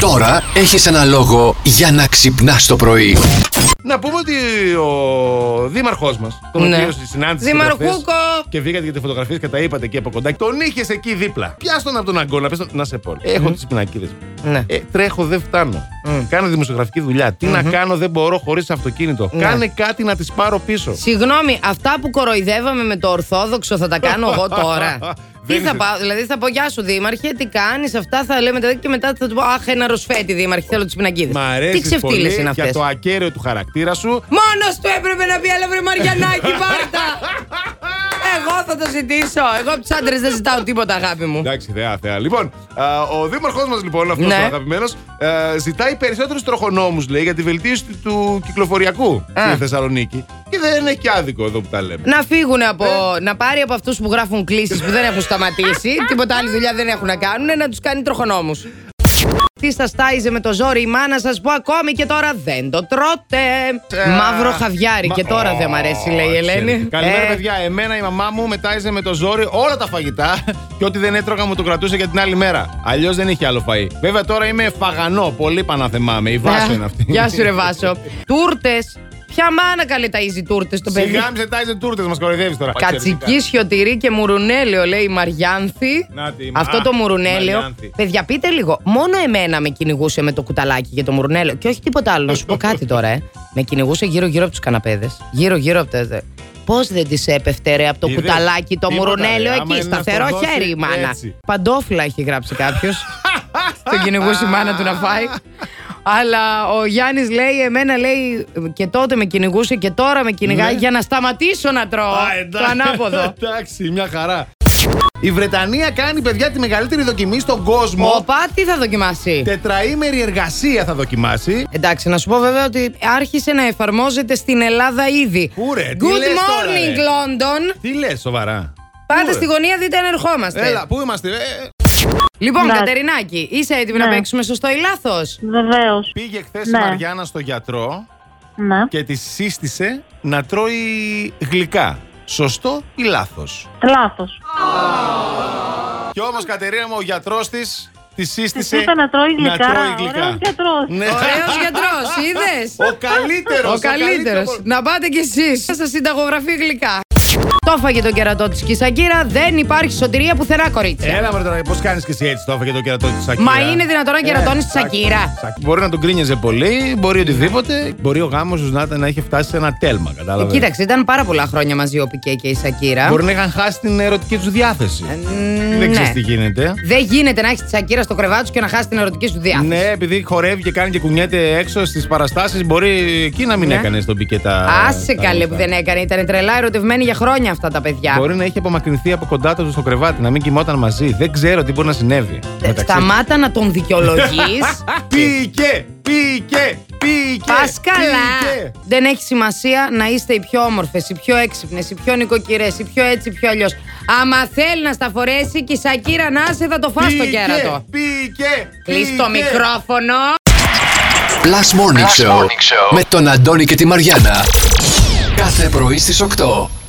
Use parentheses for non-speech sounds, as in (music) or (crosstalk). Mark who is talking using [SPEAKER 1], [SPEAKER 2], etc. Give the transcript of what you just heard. [SPEAKER 1] Τώρα έχεις ένα λόγο για να ξυπνάς το πρωί.
[SPEAKER 2] Να πούμε ότι ο δήμαρχός μας, τον
[SPEAKER 3] Ναι.
[SPEAKER 2] οποίος στη συνάντηση.
[SPEAKER 3] Δημαρχούκο!
[SPEAKER 2] και χθες Και βγήκατε για τη φωτογραφία και τα είπατε εκεί από κοντά. Τον είχες εκεί δίπλα. Πιάστον τον από τον αγκώνα, πες τον, να σε πω.
[SPEAKER 3] Ε.
[SPEAKER 2] Έχω τις τις πινακίδες μου.
[SPEAKER 3] Ναι.
[SPEAKER 2] Ε, τρέχω, δεν φτάνω.
[SPEAKER 3] Μμ.
[SPEAKER 2] Κάνω δημοσιογραφική δουλειά. Τι να κάνω, δεν μπορώ χωρίς αυτοκίνητο.
[SPEAKER 3] Ναι.
[SPEAKER 2] Κάνε κάτι να τις πάρω πίσω.
[SPEAKER 3] Συγγνώμη, αυτά που κοροϊδεύαμε με το Ορθόδοξο θα τα κάνω
[SPEAKER 2] (laughs)
[SPEAKER 3] εγώ τώρα. τι
[SPEAKER 2] Δεν
[SPEAKER 3] θα
[SPEAKER 2] είσαι-
[SPEAKER 3] πάω, δηλαδή θα πω Γεια σου Δήμαρχε, τι κάνεις, αυτά θα λέμε μετά και μετά θα του πω Αχ, ένα ροσφέτη Δήμαρχε, θέλω τι πινακίδες.
[SPEAKER 2] Μ'
[SPEAKER 3] Τι
[SPEAKER 2] αρέσει
[SPEAKER 3] ξεφτύλες
[SPEAKER 2] πολύ
[SPEAKER 3] είναι αυτέ.
[SPEAKER 2] για το ακέραιο του χαρακτήρα σου.
[SPEAKER 3] Μόνος του έπρεπε να πει Έλα βρε Μαριανάκη,
[SPEAKER 2] (laughs)
[SPEAKER 3] πάρτα! εγώ θα το ζητήσω. Εγώ από τους άντρες δεν ζητάω τίποτα, αγάπη μου.
[SPEAKER 2] Εντάξει, θεά, θεά. Λοιπόν, α, ο δήμαρχό μας, λοιπόν, αυτός
[SPEAKER 3] Ναι.
[SPEAKER 2] ο αγαπημένος, ζητάει περισσότερους τροχονόμους, λέει, για τη βελτίωση του- του κυκλοφοριακού
[SPEAKER 3] Α.
[SPEAKER 2] στη Θεσσαλονίκη. Και δεν έχει άδικο εδώ που τα λέμε.
[SPEAKER 3] Να φύγουν από.
[SPEAKER 2] Ναι.
[SPEAKER 3] Να πάρει από αυτούς που γράφουν κλήσεις που δεν έχουν
[SPEAKER 2] (laughs)
[SPEAKER 3] σταματήσει. τίποτα άλλη δουλειά δεν έχουν να κάνουν. Να τους κάνει τροχονόμους. Τι σας τάιζε με το ζόρι η μάνα σας που ακόμη και τώρα δεν το τρώτε. Μαύρο
[SPEAKER 2] Ε,
[SPEAKER 3] χαβιάρι
[SPEAKER 2] Μα-
[SPEAKER 3] Ναι, και τώρα
[SPEAKER 2] Ω,
[SPEAKER 3] δεν μ' αρέσει, λέει η
[SPEAKER 2] εξαιρετικά.
[SPEAKER 3] Ελένη.
[SPEAKER 2] Καλημέρα,
[SPEAKER 3] Ε,
[SPEAKER 2] παιδιά. Εμένα η μαμά μου μετάιζε με το ζόρι όλα τα φαγητά και ό,τι δεν έτρωγα μου το κρατούσε για την άλλη μέρα. Αλλιώς δεν είχε άλλο φαΐ. Βέβαια τώρα είμαι φαγανό. Πολύ παναθεμάμαι. Η βάσο
[SPEAKER 3] α,
[SPEAKER 2] είναι αυτή.
[SPEAKER 3] ε, Γεια σου, ρε Βάσο. Τούρτες. Ποια μάνα καλή ταΐζει τούρτες το παιδί.
[SPEAKER 2] Σιγά μη σε τάιζε τούρτες, μας κοροϊδεύεις τώρα.
[SPEAKER 3] Κατσική, σιωτηρή και μουρουνέλαιο, λέει η Μαριάνθη.
[SPEAKER 2] Να τη, μα-
[SPEAKER 3] Αυτό
[SPEAKER 2] α,
[SPEAKER 3] το μουρουνέλαιο.
[SPEAKER 2] Μαριάνθη.
[SPEAKER 3] Παιδιά, πείτε λίγο. Μόνο εμένα με κυνηγούσε με το κουταλάκι για το μουρουνέλαιο. Και όχι τίποτα άλλο. Να σου πω κάτι τώρα, ε. Με κυνηγούσε γύρω-γύρω από τους καναπέδες. Γύρω-γύρω από τα. Πώς δεν της έπεφτε ρε από το
[SPEAKER 2] Είδες,
[SPEAKER 3] κουταλάκι το
[SPEAKER 2] τίποτα,
[SPEAKER 3] μουρουνέλαιο
[SPEAKER 2] ρε. Άμα
[SPEAKER 3] εκεί.
[SPEAKER 2] είναι να
[SPEAKER 3] Σταθερό
[SPEAKER 2] στο δώσει,
[SPEAKER 3] χέρι η μάνα.
[SPEAKER 2] έτσι.
[SPEAKER 3] Παντόφλα έχει γράψει κάποιος. Τον κυνηγούσε η μάνα του να φάει. Αλλά ο Γιάννης λέει, εμένα λέει και τότε με κυνηγούσε και τώρα με κυνηγάει
[SPEAKER 2] Ναι.
[SPEAKER 3] για να σταματήσω να τρώω.
[SPEAKER 2] Α,
[SPEAKER 3] το
[SPEAKER 2] εντάξει.
[SPEAKER 3] ανάποδο.
[SPEAKER 2] (laughs) εντάξει, μια χαρά. Η Βρετανία κάνει, παιδιά, τη μεγαλύτερη δοκιμή στον κόσμο.
[SPEAKER 3] Οπα, τι θα δοκιμάσει.
[SPEAKER 2] Τετραήμερη εργασία θα δοκιμάσει.
[SPEAKER 3] Εντάξει, να σου πω βέβαια ότι άρχισε να εφαρμόζεται στην Ελλάδα ήδη.
[SPEAKER 2] Πού ρε, τι
[SPEAKER 3] Good
[SPEAKER 2] λες τώρα, ρε.
[SPEAKER 3] morning, London.
[SPEAKER 2] Τι λες, σοβαρά.
[SPEAKER 3] Πάτε
[SPEAKER 2] ρε.
[SPEAKER 3] στη γωνία, δείτε αν ερχόμαστε.
[SPEAKER 2] Έλα, πού είμαστε. Ε,
[SPEAKER 3] Λοιπόν,
[SPEAKER 4] Ναι.
[SPEAKER 3] Κατερινάκη, είσαι έτοιμη να
[SPEAKER 4] Ναι.
[SPEAKER 3] παίξουμε σωστό ή λάθος.
[SPEAKER 4] Βεβαίως.
[SPEAKER 2] πήγε χθες η
[SPEAKER 4] Ναι.
[SPEAKER 2] Μαριάννα στο γιατρό
[SPEAKER 4] Ναι.
[SPEAKER 2] και τη σύστησε να τρώει γλυκά. Σωστό ή λάθος.
[SPEAKER 4] Λάθος.
[SPEAKER 2] Κι όμως, Κατερίνα μου, ο γιατρός της τη σύστησε.
[SPEAKER 4] Είπε να τρώει γλυκά.
[SPEAKER 2] Να τρώει γλυκά.
[SPEAKER 4] Ωραίος γιατρός.
[SPEAKER 2] Ναι. (laughs)
[SPEAKER 3] Ωραίος γιατρός, είδες.
[SPEAKER 2] Ο καλύτερος.
[SPEAKER 3] Ο καλύτερο. Να πάτε κι εσείς. Θα σας συνταγογραφεί γλυκά. Το φάγε τον κερατό της Κισακύρα. Δεν υπάρχει σωτηρία πουθενά, κορίτσια.
[SPEAKER 2] Έλα, μωρέ τώρα, πώς κάνεις και εσύ έτσι το έφαγε το κερατό της Σακύρα.
[SPEAKER 3] Ε, Μα είναι δυνατόν να κερατώνεις τη Σακύρα.
[SPEAKER 2] Σακ- Μπορεί να τον κρίνιαζε πολύ, μπορεί οτιδήποτε. Μπορεί ο γάμος τους να, ήταν- να είχε φτάσει σε ένα τέλμα, κατάλαβες.
[SPEAKER 3] Ε, Κοίταξε, ήταν πάρα πολλά χρόνια μαζί ο Πικέ και η Σακύρα.
[SPEAKER 2] Μπορεί να είχαν χάσει την ερωτική τους διάθεση.
[SPEAKER 3] Μ,
[SPEAKER 2] Δεν ξέρει
[SPEAKER 3] ναι.
[SPEAKER 2] τι γίνεται.
[SPEAKER 3] Δεν γίνεται να έχεις τη Σακύρα στο κρεβάτι σου και να χάσει την ερωτική σου διάθεση.
[SPEAKER 2] Ναι, επειδή χορεύει και κάνει και κουνιέται έξω στις παραστάσεις, μπορεί εκεί να μην
[SPEAKER 3] Ναι.
[SPEAKER 2] έκανε τον πικέτα.
[SPEAKER 3] Άσε καλέ που δεν έκανε. Ήταν τρελά ερωτευμένοι για χρόνια αυτά τα παιδιά.
[SPEAKER 2] Μπορεί να είχε απομακρυνθεί από κοντά του στο κρεβάτι, να μην κοιμόταν μαζί. Δεν ξέρω τι μπορεί να συνέβη.
[SPEAKER 3] Ε,
[SPEAKER 2] μεταξύ
[SPEAKER 3] Σταμάτα να τον δικαιολογείς.
[SPEAKER 2] (laughs) τους. Πήκε! Πήκε! Πήκε!
[SPEAKER 3] Πας
[SPEAKER 2] πήκε.
[SPEAKER 3] καλά. Δεν έχει σημασία να είστε οι πιο όμορφες, οι πιο έξυπνες, οι πιο νοικοκυρές, οι πιο έτσι, οι πιο αλλιώς. Άμα θέλει να στα φορέσει και η Σακύρα να είσαι, θα το φας το
[SPEAKER 2] Πήκε,
[SPEAKER 3] κέρατο.
[SPEAKER 2] Πήκε!
[SPEAKER 3] Κλείς το
[SPEAKER 2] πήκε.
[SPEAKER 3] μικρόφωνο.
[SPEAKER 1] Plus Morning, Show, με τον Αντώνη και τη Μαριάνα. Κάθε πρωί στις 8.